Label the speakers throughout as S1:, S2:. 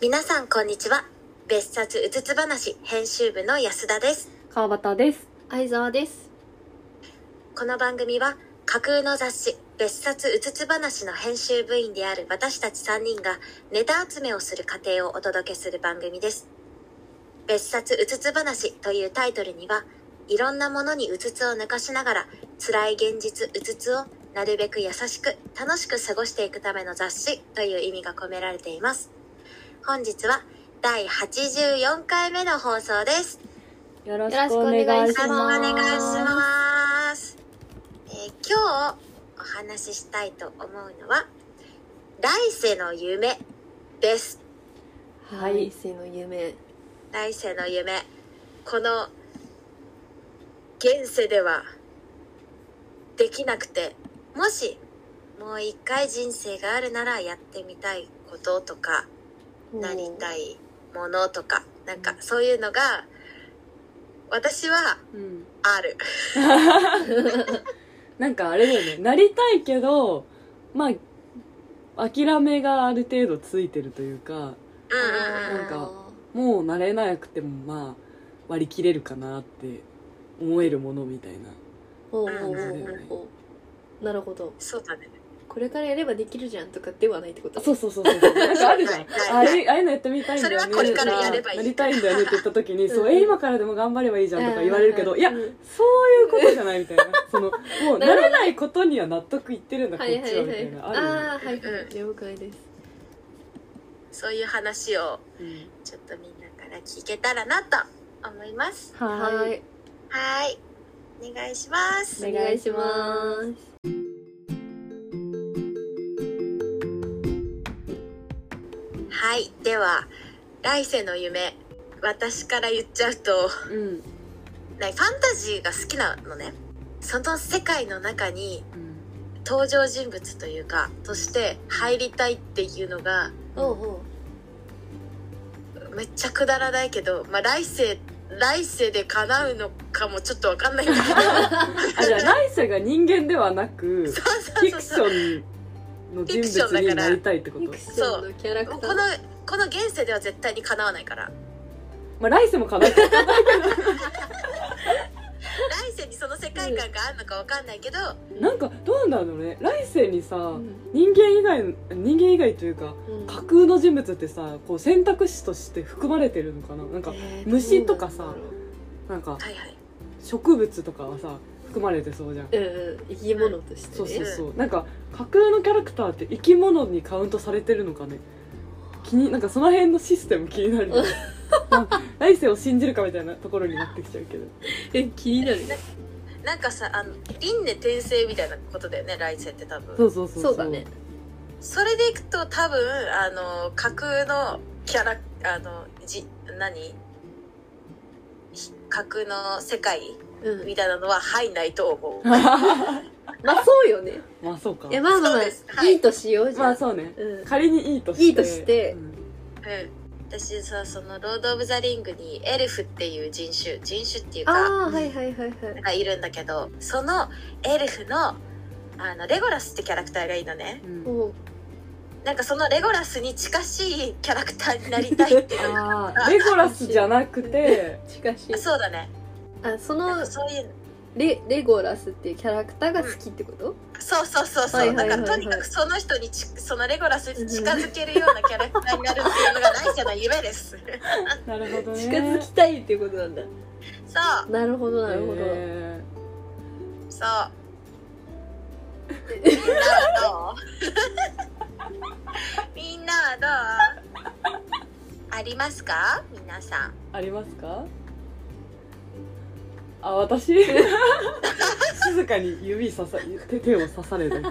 S1: 皆さんこんにちは別冊うつつ話編集部の安田です
S2: 川端です。
S3: 相沢です。
S1: この番組は架空の雑誌別冊うつつ話の編集部員である私たち3人がネタ集めをする過程をお届けする番組です別冊うつつ話というタイトルにはいろんなものにうつつを抜かしながら辛い現実うつつをなるべく優しく楽しく過ごしていくための雑誌という意味が込められています本日は第84回目の放送です
S2: よろ
S3: しくお願いし
S1: よろしくお
S3: ます
S1: 願いします。えー今日お話ししたいと思うのは、来世の夢です。
S2: は
S3: はいい、生の夢。
S1: 来世の夢。この、現世ではできなくて、もし、もう一回人生があるならやってみたいこととか、なりた
S3: い。
S1: いものとか、なんかそういうのが、私は
S2: うん。
S1: ある。
S2: なんかあれだよね、なりたいけど、まあ、諦めがある程度ついてるというか、
S1: うんうんうん
S2: なん。かもうなれなくてもまあ、割り切れるかなって思えるものみたいな。
S3: ほうほうほうほうほう。なるほど。
S1: そうだね。
S3: これからやればできるじゃんとかではないってこと。
S2: そうそうそうそう。なんかあるじゃん。ああれああいうのやってみたいんだよね。
S1: それはこれからやればいい
S2: なりたいんだよねって言った時に、
S3: うん
S2: そう、え、今からでも頑張ればいいじゃんとか言われるけど、
S3: うん
S2: いや
S3: う、ん
S2: そういうことじゃないみたい な。その、もう、な
S3: なるほど
S2: れないことには納得いってるんだ、こ
S3: は
S2: っ
S3: いは
S2: ちはいみ
S3: は
S2: たい
S3: い。
S2: な。
S3: ああ、
S2: あ
S3: はい
S1: うん。
S3: 了解です。
S1: そういう話を
S2: るよね。
S1: ちょっとみんなから聞けたらなと思います。
S2: はーい。
S3: い。
S1: はーい。お願いします。
S3: お願いします。
S1: はい。では、来世の夢。私から言っちゃうと、
S2: うん。
S1: なんかファンタジーが好きなのね。その世界の中に
S2: うん
S1: 登場人物というか、として入りたいっていうのが、
S3: おうほ
S1: めっちゃくだらないけど、まあ来世、来世で叶うのかもちょっとわかんないんだけど。
S2: あ、じゃあ、来世が人間ではなく、フ
S1: そうそうそう
S2: ィクシ
S1: そう。
S2: ョンの人物になりたいってこ
S3: う。
S2: と
S3: フィ。クションのキャラ
S1: もう
S3: クタ
S1: こ
S3: ー
S1: の。、この現世では絶対に叶わないから。
S2: まあ、来世も叶ってた。
S1: 来世にその世界観があるのかわかんないけど、
S2: なんか、どうなんだろうね。来世に
S3: う
S2: さ、
S3: ん
S2: 人間以外の、人間以外というか、
S3: うん
S2: 架空の人物ってさ、こう選択肢として含まれてるのかななんか、
S3: えー
S2: 虫とかさ
S3: どうなんだ
S2: な
S3: ろ
S2: んか、
S1: はいはい。
S2: 植物とかはさ、含まれてそうじゃん。
S3: ううんうん。生き物としてね。
S2: そうそうそうなんか架空のキャラクターって生き物にカウントされてるのかね気になんかその辺のシステム気に なるよねなんか来世を信じるかみたいなところになってきちゃうけど
S3: え、気になる。
S1: なんかさ、あの、輪廻転生みたいなことだよね、来世って多
S2: そ
S1: 分。
S2: うそうそう
S3: そうだ ね。
S1: それでいくと多分、あの、架空のキャラ、あの、じ、何ひ架空の世界
S3: うん
S1: み。たいなのは入んないと思う。
S3: まあそうよね。
S2: まあそうか
S3: いやまあまあ
S1: そう
S3: ま
S1: です
S3: あ、
S1: はい
S3: いいとしようじ
S2: ま
S3: ゃ
S2: あ
S3: ん。
S2: そうね
S3: うん。
S2: 仮にいいとして
S3: いいとして
S2: うん
S1: うん。私さ、その、ロード・オブ・ザ・リングにエルフっていう人種、人種っていうか、
S3: ああ、はいはいはいはい。
S1: がいるんだけどそのエルフのあのレゴラスってキャラクターがいいのね
S2: うん
S3: おう
S1: なんかそのレゴラスに近しいキャラクターになりたいっていう の
S2: ああレゴラスじゃなくて
S3: しかし
S1: がそうだね
S3: あそ
S1: なん
S3: の
S1: かそういう
S3: レレゴラスっていうキャラクターが好きってこと、
S1: そうそうそうそう、
S3: はいはいはいはい
S1: だからとにかくその人にちそのレゴラスに近づけるようなキャラクターになるっていうのが来世の夢です
S2: なるほどね
S3: 近づきたいっていうことなんだ
S1: そう
S3: なるほどなるほど、
S2: え
S1: そうみんなはどうみんなはどうありますか皆さん
S2: ーありますかあ私静かに指ささ手手を刺されたけど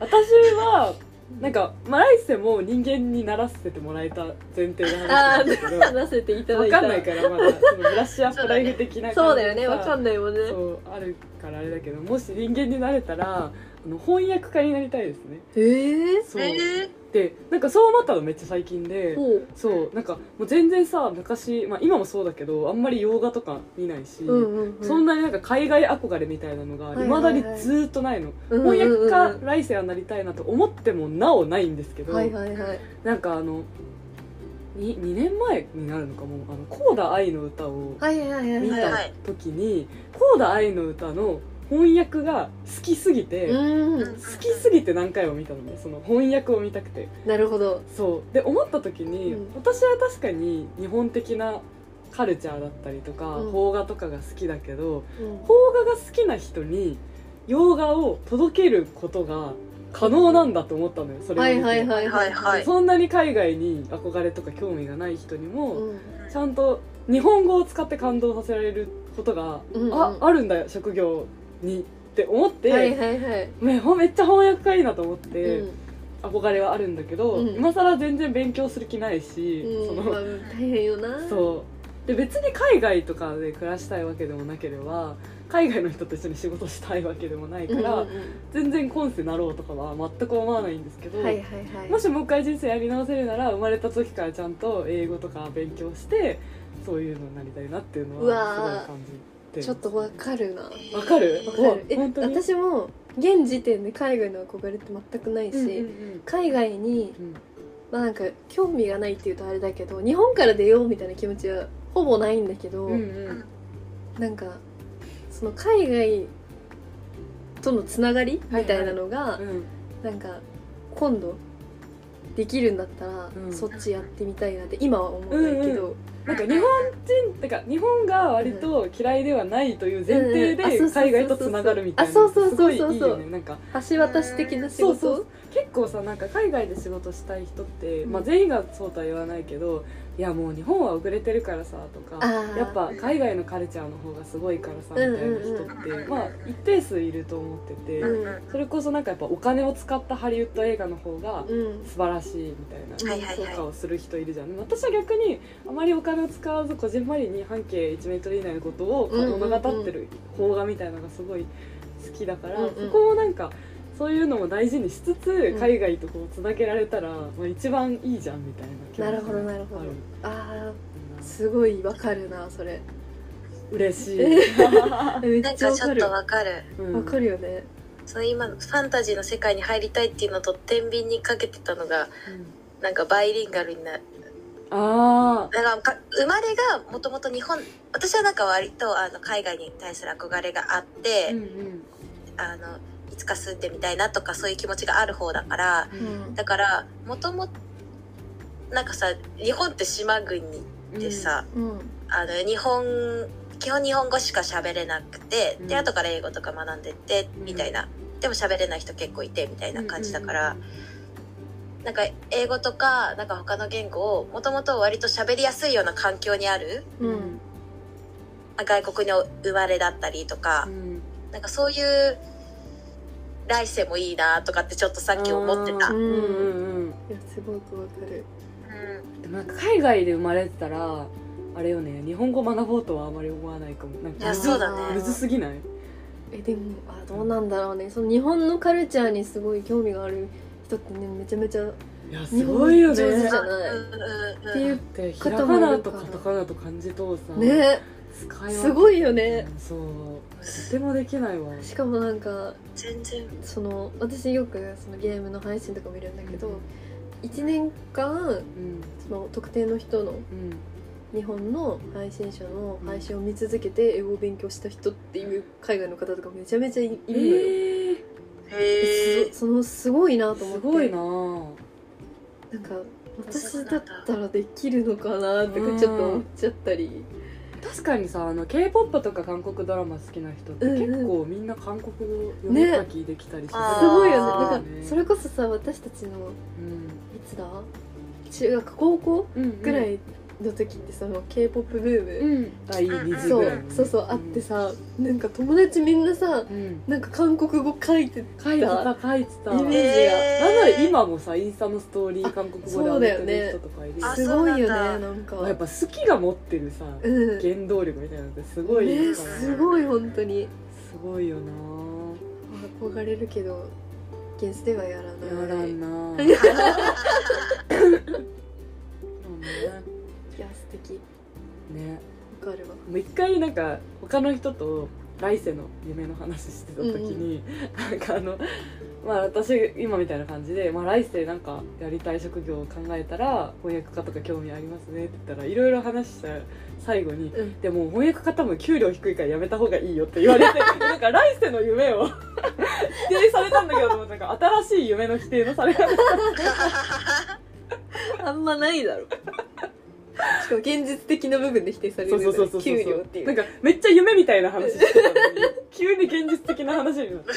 S2: 私はなんか、まあ、来世も人間にならせてもらえた前提で話なんだけど
S3: 話せていただ
S2: 分
S3: いた
S2: かんないからまだそのブラッシュアップライフ的な
S3: そうだよね
S2: わ
S3: わかんないもんね
S2: そうあるからあれだけどもし人間になれたらあの翻訳家になりたいですね
S3: へえ
S2: そう、
S1: えー
S2: でなんかそう思ったのめっちゃ最近で
S3: ほう
S2: そうなんかもう全然さ昔、まあ、今もそうだけどあんまり洋画とか見ないし、
S3: うんうんうん
S2: そんなになんか海外憧れみたいなのが
S3: はいい
S2: ま
S3: は
S2: だ
S3: いはい
S2: にずーっとないの、
S3: うんうんうん
S2: 翻訳家来世はなりたいなと思ってもなおないんですけど、
S3: はいはいはい
S2: なんかあのに2年前になるのかもうあのコーダ愛の歌を
S3: はいはいはいはい
S2: 見
S1: はい
S2: た
S1: はい
S2: 時にコーダ愛の歌の翻訳が好きすぎて、
S3: う
S2: 好
S3: ー
S1: うん
S3: ん
S2: きすぎて何回も見たのねその翻訳を見たくて
S3: なるほど
S2: そうで思った時に、
S3: うん
S2: 私は確かに日本的なカルチャーだったりとか、
S3: うん
S2: 邦画とかが好きだけど
S3: うん
S2: 邦画が好きな人に洋画を届けることが可能なんだと思ったのよそれを
S3: は
S2: 見て、
S3: いはいはい
S1: はいはい
S2: そんなに海外に憧れとか興味がない人にも、
S3: うん
S2: ちゃんと日本語を使って感動させられることが、
S3: うんうん
S2: ああるんだよ職業にって思って、
S3: はいはいはい
S2: めほめっちゃ翻訳がいいなと思って、
S3: うん
S2: 憧れはあるんだけど、
S3: うん
S2: 今更全然勉強する気ないし、
S3: う
S2: そ
S3: ん
S2: の
S3: まあ大変よな
S2: そうで別に海外とかで暮らしたいわけでもなければ海外の人と一緒に仕事したいわけでもないか
S3: うんうん
S2: ら、
S3: うん
S2: 全然今世なろうとかは全く思わないんですけど、
S3: はいはいはい
S2: もしもう一回人生やり直せるなら生まれた時からちゃんと英語とか勉強してそういうのになりたいなっていうの
S3: うわー
S2: はすごい感じて
S3: ちょっとわかるな
S2: わかる
S3: わ
S2: わ
S3: かるえ
S2: 本当に
S3: 私も現時点で海外の憧れって全くないし、
S2: うんうん
S3: 海外に、
S2: うん
S3: まあ、なんか興味がないっていうとあれだけど日本から出ようみたいな気持ちはほぼないんだけど、
S2: うんうんうん
S3: なんかその海外とのつながりみたいなのが、
S2: うん
S3: なんか今度できるんだったら、
S2: うん
S3: そっちやってみたいなって今は思わないけど、
S2: なんか日本人ってか日本が割と嫌いではないという前提
S3: うんうんあそうそう
S2: で
S3: そうそう
S2: 海外とつながるみたいな
S3: あそうそうそうそう
S2: すごいいいよねなんか
S3: 橋渡し的な仕
S2: そう
S3: 事
S2: そう結構さなんか海外で仕事したい人って、
S3: うん
S2: まあ、全員がそうとは言わないけどいやもう日本は遅れてるからさとか
S3: あー
S2: やっぱ海外のカルチャーの方がすごいからさみたいな人っ
S1: う
S2: て、
S1: んうんうん
S2: まあ一定数いると思ってて、
S3: うん
S2: それこそなんかやっぱお金を使ったハリウッド映画の方が
S3: うん
S2: 素晴らしいみたいな。
S1: はいはい
S2: 評
S1: はい
S2: 価をする人いるじゃん私は逆にあまりお金を使わずこじんまりに半径1メートル以内のことを物語ってる邦画みたいなのがすごい好きだから、
S3: うんうん
S2: そこをなんかそういうのも大事にしつつ、
S3: ん
S2: 海外とこうつなげられたら、まあ、一番いいじゃんみたいな気持ち
S3: なるほどなるほど
S2: ある
S3: あーすごいわかるなそれ
S2: 嬉しい、
S3: め
S1: な
S3: っ
S1: ん
S3: ちゃ
S1: か
S3: わ
S1: ちょ
S3: か
S1: っ
S3: る
S1: とわかる
S2: うん
S3: わかるよね
S1: その今のファンタジーの世界に入りたいっていうのと天秤にかけてたのがなんかバイリンガルになる
S2: ああ
S1: なんかか生まれがもともと日本私はなんか割とあの海外に対する憧れがあって、
S2: うんうん
S1: あのいつか住んでみたいなとかそういう気持ちがある方だから
S3: うん
S1: だからもともなんかさ日本って島国でさ、
S3: うん
S1: あの日本基本日本語しか喋れなくて、
S2: うん
S1: で後から英語とか学んでって
S2: うん
S1: みたいな、でも喋れない人結構いてみたいな感じだから、なんか英語とかなんか他の言語をもともと割と喋りやすいような環境にある
S2: うんう
S3: うんん
S1: 外国の生まれだったりとか
S2: う、ん
S1: なんかそういう来世もいいなとかってちょっとさっき思ってた。
S2: う
S1: うんん
S2: うんうん
S3: いやすごくわかる
S2: でもなんか海外で生まれてたらあれよね日本語学ぼうとはあまり思わないかもなん
S1: い
S2: か
S1: や
S2: むず
S1: そうだね
S2: むずすぎない
S3: えでもあどうなんだろうねその日本のカルチャーにすごい興味がある人ってねめちゃめちゃ
S2: いやすごいよね
S3: 日本上手じゃ
S2: だ
S3: んない
S1: うんうんうん
S3: っていう
S2: ってひらがなとカタカナと漢字とさ
S3: ね
S2: 使い分け
S3: すごいよね
S2: そうとてもできないわ
S3: しかもなんか
S1: 全然
S3: その私よくそのゲームの配信とか見るんだけ
S2: う
S3: ど
S2: ん
S3: 1年間
S2: うん
S3: その特定の人の
S2: うん
S3: 日本の配信者の配信を見続けて英語を勉強した人っていう海外の方とかめちゃめちゃいいる
S2: え
S3: のよ、
S2: ー
S1: へ
S3: そそのすごいなと思っ
S2: す
S3: て
S2: ごいなぁ
S3: なんか私だったらできるのかなってちょっと思っちゃったり
S2: 確かにさあの K-POP とか韓国ドラマ好きな人って
S3: うんうん
S2: 結構みんな韓国語読み書きできたりして
S1: ね
S3: すごいよね
S1: あー
S3: だからそれこそさ私たちの
S2: うん
S3: いつだ中学高校
S2: うんうん
S3: ぐらいの時ってその k p o p ブーム、
S2: うん第2次
S3: そ
S2: ぐ
S3: う
S2: らいのね
S3: そうそうあってさなんか友達みんなさ
S2: うん
S3: なんか韓国語書いて
S2: 書いてた書いてた
S3: イ
S2: なん
S3: メー
S2: な
S3: ジが
S1: えー
S2: ら今もさインスタのストーリー韓国語で上げてる人とかいる
S1: あ
S3: すごいよね
S1: そうな
S3: なん
S1: だ
S3: んか
S2: やっぱ好きが持ってるさ
S3: うんね
S2: 原動力みたいなのってすごいよね
S3: すごい本当に
S2: すごいよな
S3: 憧れるけど現実ではやらない
S2: やらんなそう
S3: いや素敵
S2: ねね
S3: わかるわ
S2: もう一回なんか他の人と来世の夢の話してた時に、なんかあのまあ私今みたいな感じで、まあ、来世なんかやりたい職業を考えたら翻訳家とか興味ありますねって言ったらいろいろ話した最後に
S3: うん
S2: でも翻訳方も給料低いからやめた方がいいよって言われ てなんか来世の夢を 否定されたんだけどと思ってなんか新しい夢の否定のされ方
S3: あんまないだろしかも現実的な部分で否定されるんだよ給料ってい
S2: なん
S3: う
S2: かめっちゃ夢みたいな話して たのに急に現実的な話になって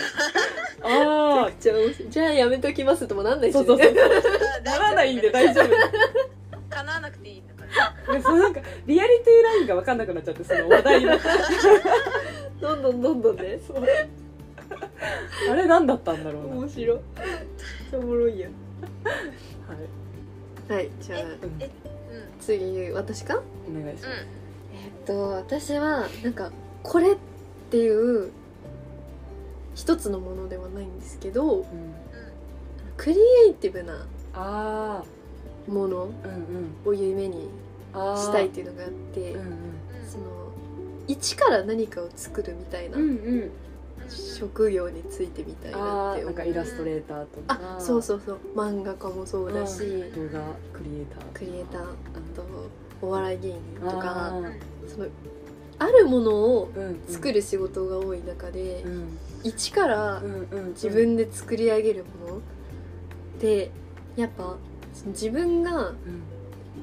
S2: ああ
S3: じゃあじゃあやめときますともなんない し、
S2: そう
S3: ね、
S2: そうそうな
S1: な
S2: らないんで大丈夫
S1: 叶わなくていいんだから
S2: でそうなんかリアリティラインが分かんなくなっちゃってその話題 の
S3: どんどんどんどんね
S2: あれ何だったんだろうな、はい
S3: 面白いめっちゃおもろいやんはいじゃあ
S2: うん
S1: えうん
S3: 次私か
S2: お願いします、
S3: えっと私はなんかこれっていう一つのものではないんですけど
S2: うん、
S1: う
S3: クリエイティブな
S2: あ
S3: もの
S2: あうんうん
S3: を夢に
S2: ああ
S3: したいっていうのがあって
S2: うんうん
S1: んうん
S3: その一から何かを作るみたいな
S2: うんうん
S3: 職業についてみたいな
S2: あー
S3: って
S2: なん
S3: 思
S2: か
S3: う
S2: イラストレーターとか
S3: あそうそうそう漫画家もそうだし
S1: うん
S2: 動画クリエイター
S3: クリエイター
S2: ー
S3: あとお笑い芸人とか
S1: うん
S3: そのあるものを
S2: うん
S3: 作る仕事が多い中で
S2: うん
S3: 一から
S2: うんうん
S3: 自分で作り上げるものってやっぱその自分が
S2: うん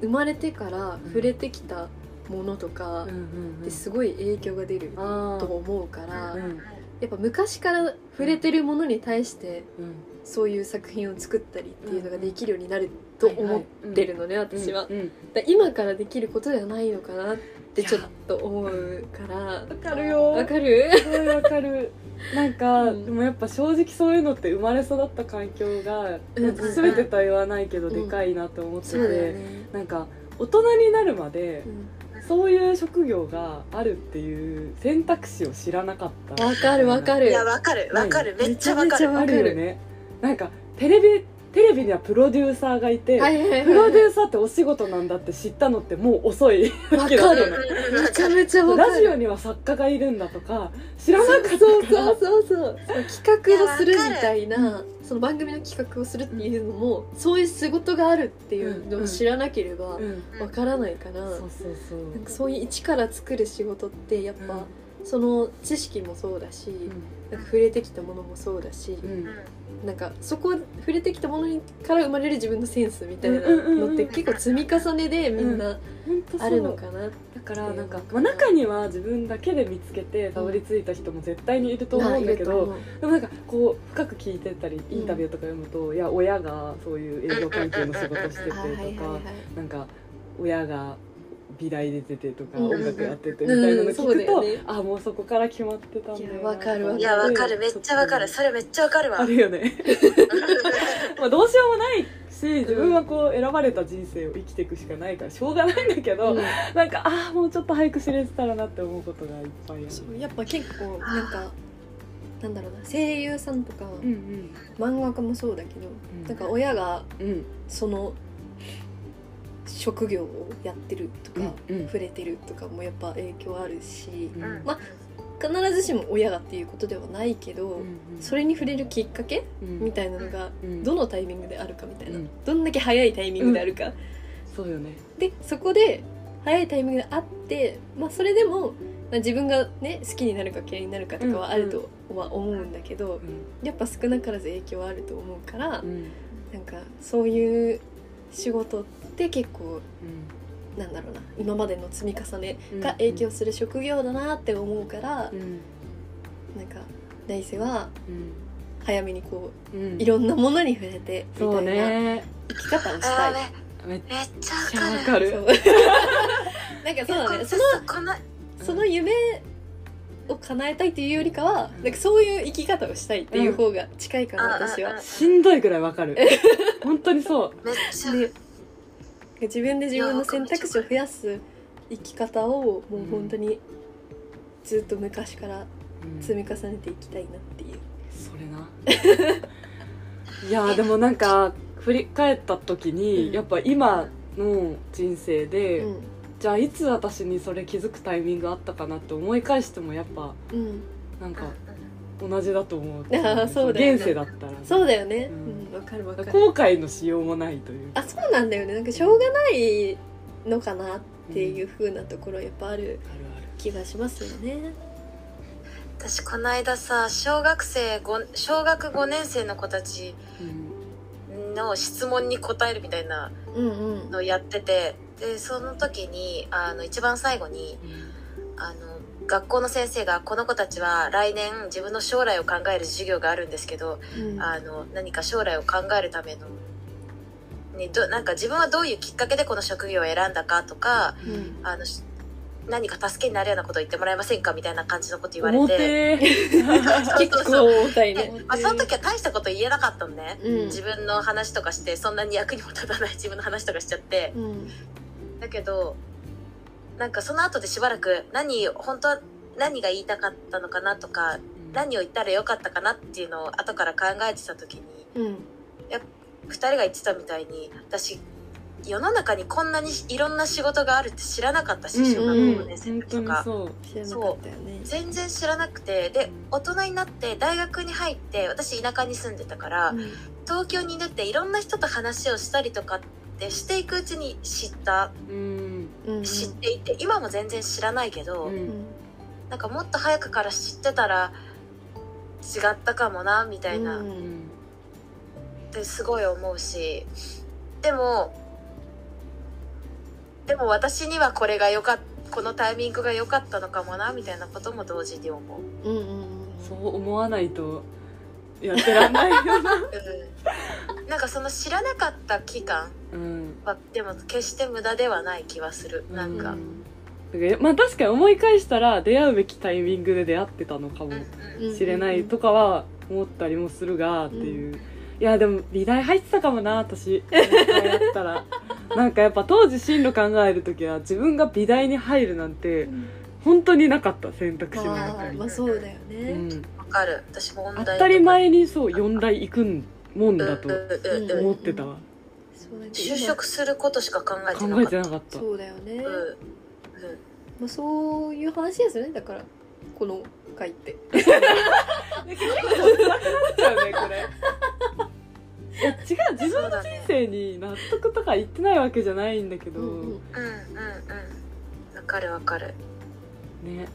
S3: 生まれてから触れてきたものとか
S2: うんうんう
S3: で
S2: ん
S3: すごい影響が出る
S2: あ
S3: と
S2: ー
S3: 思うから
S2: う
S3: や
S2: ん
S3: っぱ昔から触れてるものに対して
S2: うん
S3: そういう作品を作ったりっていうのができるようになると思ってるのね
S2: うん
S3: 私は。
S2: うん
S3: だから今からできることではないのかなってちょっと思うから
S2: わかるよ
S3: わかる
S2: すごいわかるなんか、
S3: うん
S2: でもやっぱ正直そういうのって生まれ育った環境が、
S3: うんうんうん
S2: 全てとは言わないけど
S3: うん
S2: でかいなと思ってて、
S3: そうだよね、
S2: なんか大人になるまで
S3: うん
S2: そういう職業があるっていう選択肢を知らなかった
S3: わかるわか
S1: い
S3: る
S1: やわかるわかるめっちゃわか
S2: めちゃ
S1: る
S2: めちゃわかるよねなんかテレビテレビにはプロデューサーがいて、
S3: はいはいはい
S2: プロデューサーってお仕事なんだって知ったのってもう遅いわけだ
S3: わ
S2: よ
S3: か
S2: ね
S3: る
S1: うんうん
S3: めちゃめちゃわかる
S2: ラジオには作家がいるんだとか知らなかったから
S3: そうそうそうそう企画をするみたい
S2: いやわ
S3: なその番組の企画をするっていうのもそういう仕事があるっていうのを知らなければわ
S2: うん
S1: うん
S3: からないか
S2: そ
S3: ら、
S2: うそうそう
S3: なんかそういう一から作る仕事ってやっぱ、その知識もそうだし、なんか触れてきたものもそうだし、
S2: うんうん
S3: なんかそこ触れてきたものにから生まれる自分のセンスみたいな
S2: うんうんうん
S3: のって結構積み重ねでみんな
S2: ほんとそう
S3: あるのかな、
S2: だからなんか
S3: ってい
S2: ま
S3: うの、か
S2: あ、
S3: な
S2: 中には自分だけで見つけてたどり着いた人も絶対にいると思うんだけど、
S3: まあいる
S2: でもなんかこう深く聞いてたりインタビューとか読むと、いや親がそういう営業関係の仕事してて
S3: と思うあはいはい
S2: とか
S3: は
S2: なんか親が美大出ててとか
S3: うん
S2: 音楽やっててみたいなの聞
S3: うんそう
S2: く
S3: だ
S2: と、
S3: よね
S2: あもうそこから決まってたんだよ
S3: い
S2: な
S3: やわかるわ
S1: いやわかるめっちゃわかるそれめっちゃわかるわ
S2: あるよ ねまあどうしようもないし自分はこう選ばれた人生を生きていくしかないからしょうがないんだけど、
S3: いうん
S2: なんかああもうちょっと俳句知れてたらなって思うことがいっぱいある
S3: そうやっぱ結構なんかなんだろうな声優さんとか
S2: うんうん
S3: 漫画家もそうだけど、
S2: ん
S3: なんか親が
S2: うん
S3: その職業をやってるとか、
S2: うんうん
S3: 触れてるとかもやっぱ影響あるし
S2: う、ん
S1: うん
S3: ま必ずしも親がっていうことではないけど、それに触れるきっかけみたいなのが
S2: うん
S3: どのタイミングであるかみたいな、
S2: うん
S3: どんだけ早いタイミングであるか、
S2: そうよね
S3: でそこで早いタイミングであって、まあ、それでも、まあ自分がね好きになるか嫌いになるかとかはあるとは思うんだけど、やっぱ少なからず影響はあると思うから、
S2: うんうん
S3: なんかそういう仕事って結構なんだろうな今までの積み重ね
S2: うん
S3: が影響する職業だなって思うから、
S2: うん
S3: なんか来世は
S2: うん
S3: 早めにこ
S2: うん
S3: ういろんなものに触れてみ
S2: そう
S3: たいな
S2: ね
S3: 生き方をした
S1: あ
S3: い。
S1: ー
S2: めっ
S1: めめっちゃ
S2: ちゃ
S1: わ
S2: わ
S1: かる
S2: か
S3: そ
S2: る
S3: うなんかそうだね
S1: えこ
S3: そ
S1: れ
S3: の
S1: さこの
S3: その夢を叶えたいっていうよりかは、
S2: うん
S3: なんかそういう生き方をしたいっていう方が近いかな、
S1: うん
S3: 私
S1: うん
S3: は
S1: うん。
S2: しんどいくらいわか る本当にそう
S1: めっちゃ
S3: で自分で自分の選択肢を増やす生き方をもう本当にずっと昔から
S2: うん
S3: 積み重ねていきたいなっていう。
S2: それないやーでもなんか振り返った時に、
S3: うん
S2: やっぱ今の人生で、
S3: うん
S2: じゃあいつ私にそれ気づくタイミングあったかなって思い返してもやっぱ
S3: うん
S2: なんか
S1: うん
S2: 同じだと思う
S3: あーそうだよね
S2: 現世だったらず
S3: そうだよね
S2: う
S3: うんんわ、かるわかる
S2: 後悔のしようもないというか
S3: あそうなんだよねなんかしょうがないのかなっていう風なところやっぱある
S2: あるある
S3: 気がしますよね
S1: 私この間さ小学生ご小学5年生の子たち
S2: うん
S1: の質問に答えるみたいな
S3: うんうん
S1: のをやっててでその時にあの一番最後にあの学校の先生がこの子たちは来年自分の将来を考える授業があるんですけど
S3: うん
S1: あの何か将来を考えるための、ね、どなんか自分はどういうきっかけでこの職業を選んだかとか
S3: うん
S1: あのし何か助けになるようなことを言ってもらえませんかみたいな感じのこと言われ
S2: 重
S1: て。
S2: て ー
S3: 結構重たい
S1: で
S3: ね
S1: まあ、その時は大したこと言えなかったのね、
S3: うん
S1: 自分の話とかしてそんなに役にも立たない自分の話とかしちゃって
S3: うん
S1: だけどなんかその後でしばらく何本当は何が言いたかったのかなとか何を言ったらよかったかなっていうのを後から考えてた時に
S3: うん
S1: 2人が言ってたみたいに私世の中にこんなにいろんな仕事があるって知らなかったし小
S2: う
S1: 学
S2: ん
S1: 校5年生の時
S2: 本当
S1: と
S2: に
S1: か。
S2: そう
S3: 知らなかったよね
S1: 全然知らなくてで大人になって大学に入って私田舎に住んでたから、東京に出ていろんな人と話をしたりとかってしていくうちに知った
S2: うん
S3: うんうん
S1: 知っていて今も全然知らないけど、
S2: う
S3: うんん
S1: なんかもっと早くから知ってたら違ったかもなみたいな
S3: う
S1: っ
S3: ん
S1: てすごい思うしでもでも私にはこれが良かったこのタイミングが良かったのかもなみたいなことも同時に思う。うん、
S3: うんうん
S2: そう思わないとやってらんないよ な
S1: なんかその知らなかった期間
S2: うん
S1: はでも決して無駄ではない気はするなんか。
S2: うだからまあ確かに思い返したら出会うべきタイミングで出会ってたのか
S1: う
S2: も
S3: うん
S2: しれないとかは思ったりもするがっていう、いやでも美大入ってたかもな私もう一回やった らなんかやっぱ当時進路考える時は自分が美大に入るなんて
S3: うん
S2: 本当になかった選択肢の中
S3: あー
S2: に、
S3: まあそうだよ
S2: う
S3: ね
S2: ん、
S1: わかる私も音
S2: 当
S1: 大
S2: たり前にそう4大行くんもんだと
S1: うんうんうんうん
S2: 思ってたわ
S3: そうなんか今
S1: 就職することしか考えてな
S2: 考え
S1: かってた
S2: なかった
S3: そうだよね
S1: うんうん
S3: まあそういう話ですよねだからこの回って
S2: いや違う自分
S1: そう
S2: の
S1: だ
S2: 人
S1: ね
S2: 生に納得とか言ってないわけじゃないんだけど、
S3: うんうん
S1: うんうんうんわかるわかる
S2: ね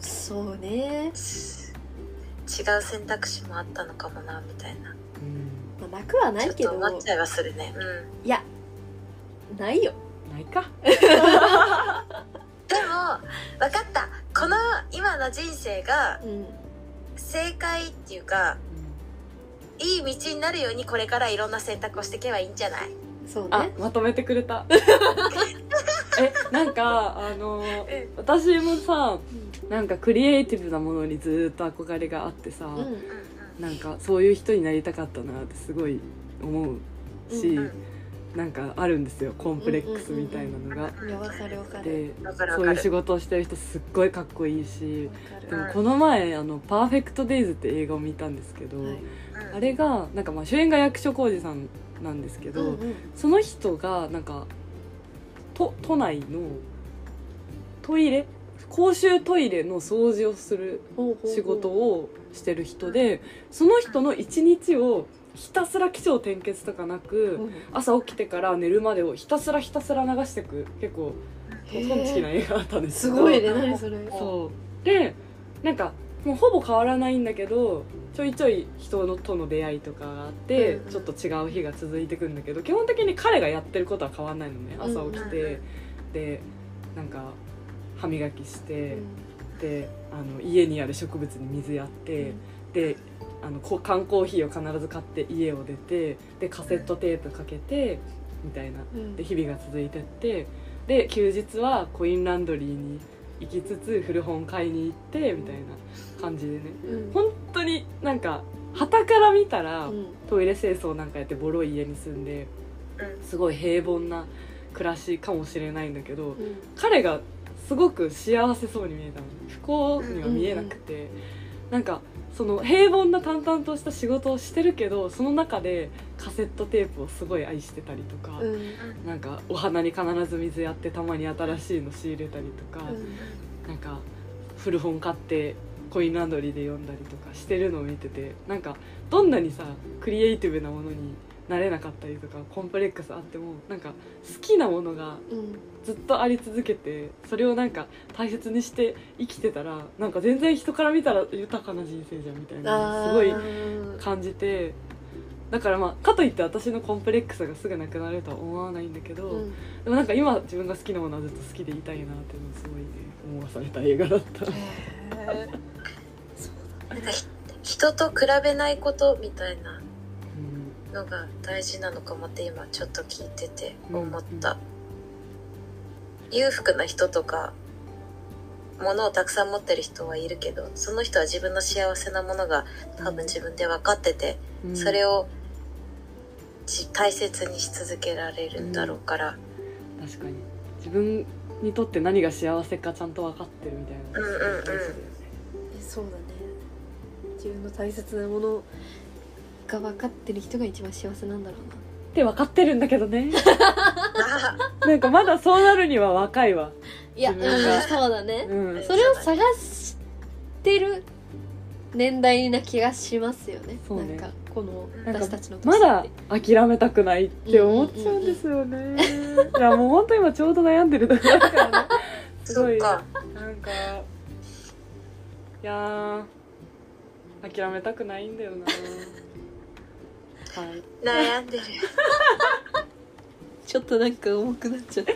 S3: そうね
S1: 違う選択肢もあったのかもなみたいな
S2: うん
S3: まあなくはないけ
S1: ちょっ
S3: ど
S1: と思っちゃいはするねうん
S3: いやないよ
S2: ないか
S1: でも分かったこの今の人生が
S3: うん
S1: 正解っていうかいい道になるようにこれからいろんな選択をしていけばいいんじゃない
S3: そう
S2: あ
S3: ね
S2: まとめてくれた えなんかあの私もさなんかクリエイティブなものにずーっと憧れがあってさ、
S3: うん
S1: うんうん
S2: なんかそういう人になりたかったなってすごい思うし、
S3: うん
S1: うん
S2: なんかあるんですよコンプレックスみたいなのが。
S3: いやわかるわかる
S2: で
S1: わかるわ
S2: そう
S1: か
S2: いう仕
S1: る
S2: 事をしてる人すっごいかっこいいし
S3: わか
S2: で
S3: る
S2: もこの前「あのパーフェクト・デイズ」って映画を見たんですけど、
S3: はい
S1: うん
S2: あれがなんかまあ主演が役所広司さんなんですけど、
S3: うんうん
S2: その人がなんかと都内のトイレ公衆トイレの掃除をする
S3: ほうほうほう
S2: 仕事をしてる人でその人の一日をひたすら基調転結とかなく、
S3: うん
S2: 朝起きてから寝るまでをひたすらひたすら流していく結構ト
S3: へー
S2: ンチキな映画だったんです
S3: す
S2: けど
S3: ごいね何それ
S2: そうでなんかもうほぼ変わらないんだけどちょいちょい人のとの出会いとかがあって、
S3: うんうん
S2: ちょっと違う日が続いてくんだけど基本的に彼がやってることは変わらないのね朝起きて、
S1: うん
S2: でなんか歯磨きし
S3: う
S2: て、
S3: ん
S2: であの家にある植物に水やって、であのこ缶コーヒーを必ず買って家を出てでカセットテープかけてみたいな
S3: うん
S2: で日々が続いてってで休日はコインランドリーに行きつつ古本買いに行ってみたいな感じでね
S3: うん
S2: 本当になんか傍から見たら、
S3: うん
S2: トイレ清掃なんかやってボロい家に住んで
S1: うん
S2: すごい平凡な暮らしかもしれないんだけど
S3: うん
S2: 彼がすごく幸せそうに見えたの不幸には見えなくて、なんかその平凡な淡々とした仕事をしてるけどその中でカセットテープをすごい愛してたりとか。
S3: うん
S2: なんかお花に必ず水やってたまに新しいの仕入れたりとか、
S3: うん
S2: なんか古本買ってコインランドリーで読んだりとかしてるのを見ててなんかどんなにさクリエイティブなものになれなかったりとかコンプレックスあってもなんか好きなものが
S3: うん
S2: ずっとあり続けてそれをなんか大切にして生きてたらなんか全然人から見たら豊かな人生じゃんみたいなすごい感じてだからまあかといって私のコンプレックスがすぐなくなるとは思わないんだけど、
S3: うん
S2: でもなんか今自分が好きなものはずっと好きでいたいなっていうのをすごいね思わされた映画だった
S3: へえ
S1: なんかひ人と比べないことみたいなのが大事なのかもって今ちょっと聞いてて思った、裕福な人とか物をたくさん持ってる人はいるけどその人は自分の幸せなものが多分自分で分かってて、それ
S2: を
S1: をじ大切にし続けられるんだろうから、
S2: 確かに自分にとって何が幸せかちゃんと分かってるみたいな
S1: うんうんうん
S2: 大事だよね
S3: そうだね自分の大切なものが分かってる人が一番幸せなんだろうな
S2: って分かってるんだけどね
S1: あ
S2: なんかまだそうなるには若いわ
S3: いや、う
S2: 自
S3: ん、
S2: 分が
S3: そうだね、
S2: うん
S3: それを探してる年代な気がしますよね
S2: そうね
S3: なんかこの
S1: なん
S2: か
S3: 私たちの年って
S2: まだ諦めたくないって思っちゃうんです よね。いやもう本当今ちょうど悩んでるところだからね。 すご
S1: そっ
S2: い
S1: か
S2: なんかいやー諦めたくないんだよな。はい。
S1: 悩んでる
S3: ちょっとなんか重くなっちゃっ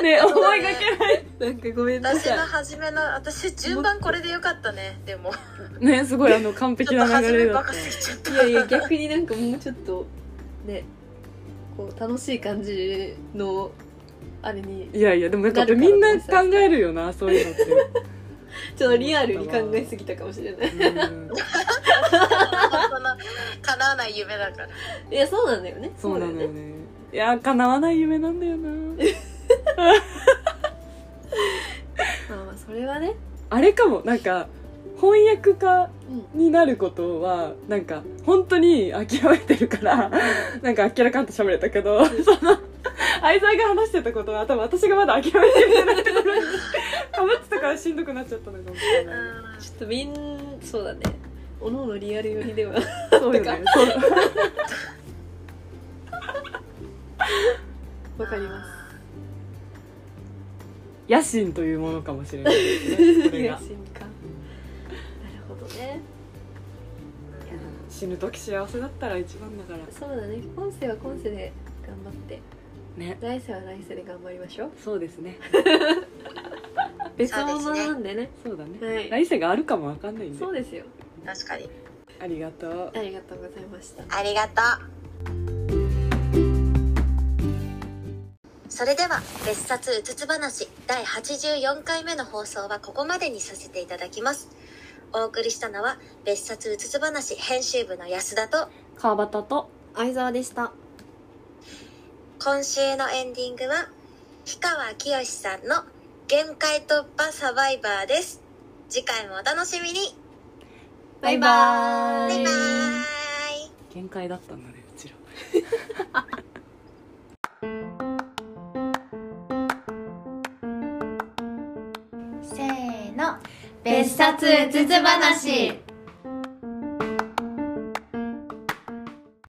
S2: ね 思いがけない。
S3: たなんかごめんな
S1: 私の
S3: さい
S1: 初めの私順番これでよかったねで も
S2: ねすごいあの完
S1: ち
S2: 璧
S1: ょっと
S2: な
S1: 初
S2: 流
S1: め
S2: れ
S1: バ
S2: だっ
S1: カ
S2: た。
S1: すぎちゃった
S3: いやいや逆になんかもうちょっとねこう楽しい感じのあれに
S2: いやいやでもなんかやっぱみんな考えるよなそういうのって。
S3: ちょっとリアルに考えすぎたかもしれ ない
S2: う
S1: そ
S2: ん
S1: の叶わない夢だから
S3: いやそうなんだよね
S2: そうなの
S3: だ
S2: よ
S3: よね
S2: ね。いや叶わない夢なんだよな。
S3: まあまあそれはね
S2: あれかもなんか翻訳家になることはなんか本当に諦めてるからなんかあっけらかんと喋れたけど その愛沢が話してたことは多分私がまだ諦めてるなってところにかぶってたからしんどくなっちゃったのかもしれない
S3: ちょっとみんそうだねおのおのリアル寄りでは
S2: そうよね そう
S3: わかります
S2: 野心というものかもしれ ないです ねこれが
S3: 東かなるほどねいや
S2: 死ぬ時幸せだったら一番だから
S3: そうだね今世は今世で頑張って
S2: ね
S3: 来世は来世で頑張りましょう
S2: そうですね
S3: 別物なんでね
S2: そうだね、
S3: はい
S2: 来世があるかもわかんないんで
S3: そうですよ
S1: 確かに
S2: ありがとう
S3: ありがとうございました
S1: ありがとうそれでは別冊うつつ話第84回目の放送はここまでにさせていただきますお送りしたのは別冊うつつ話編集部の安田と
S2: 川端と
S3: 相沢でした
S1: 今週のエンディングは氷川きよしさんの限界突破サバイバーです次回もお楽しみに
S3: バイバー
S1: バイバーイ
S2: 限界だったんだねうちら
S4: せーの別冊うつつ話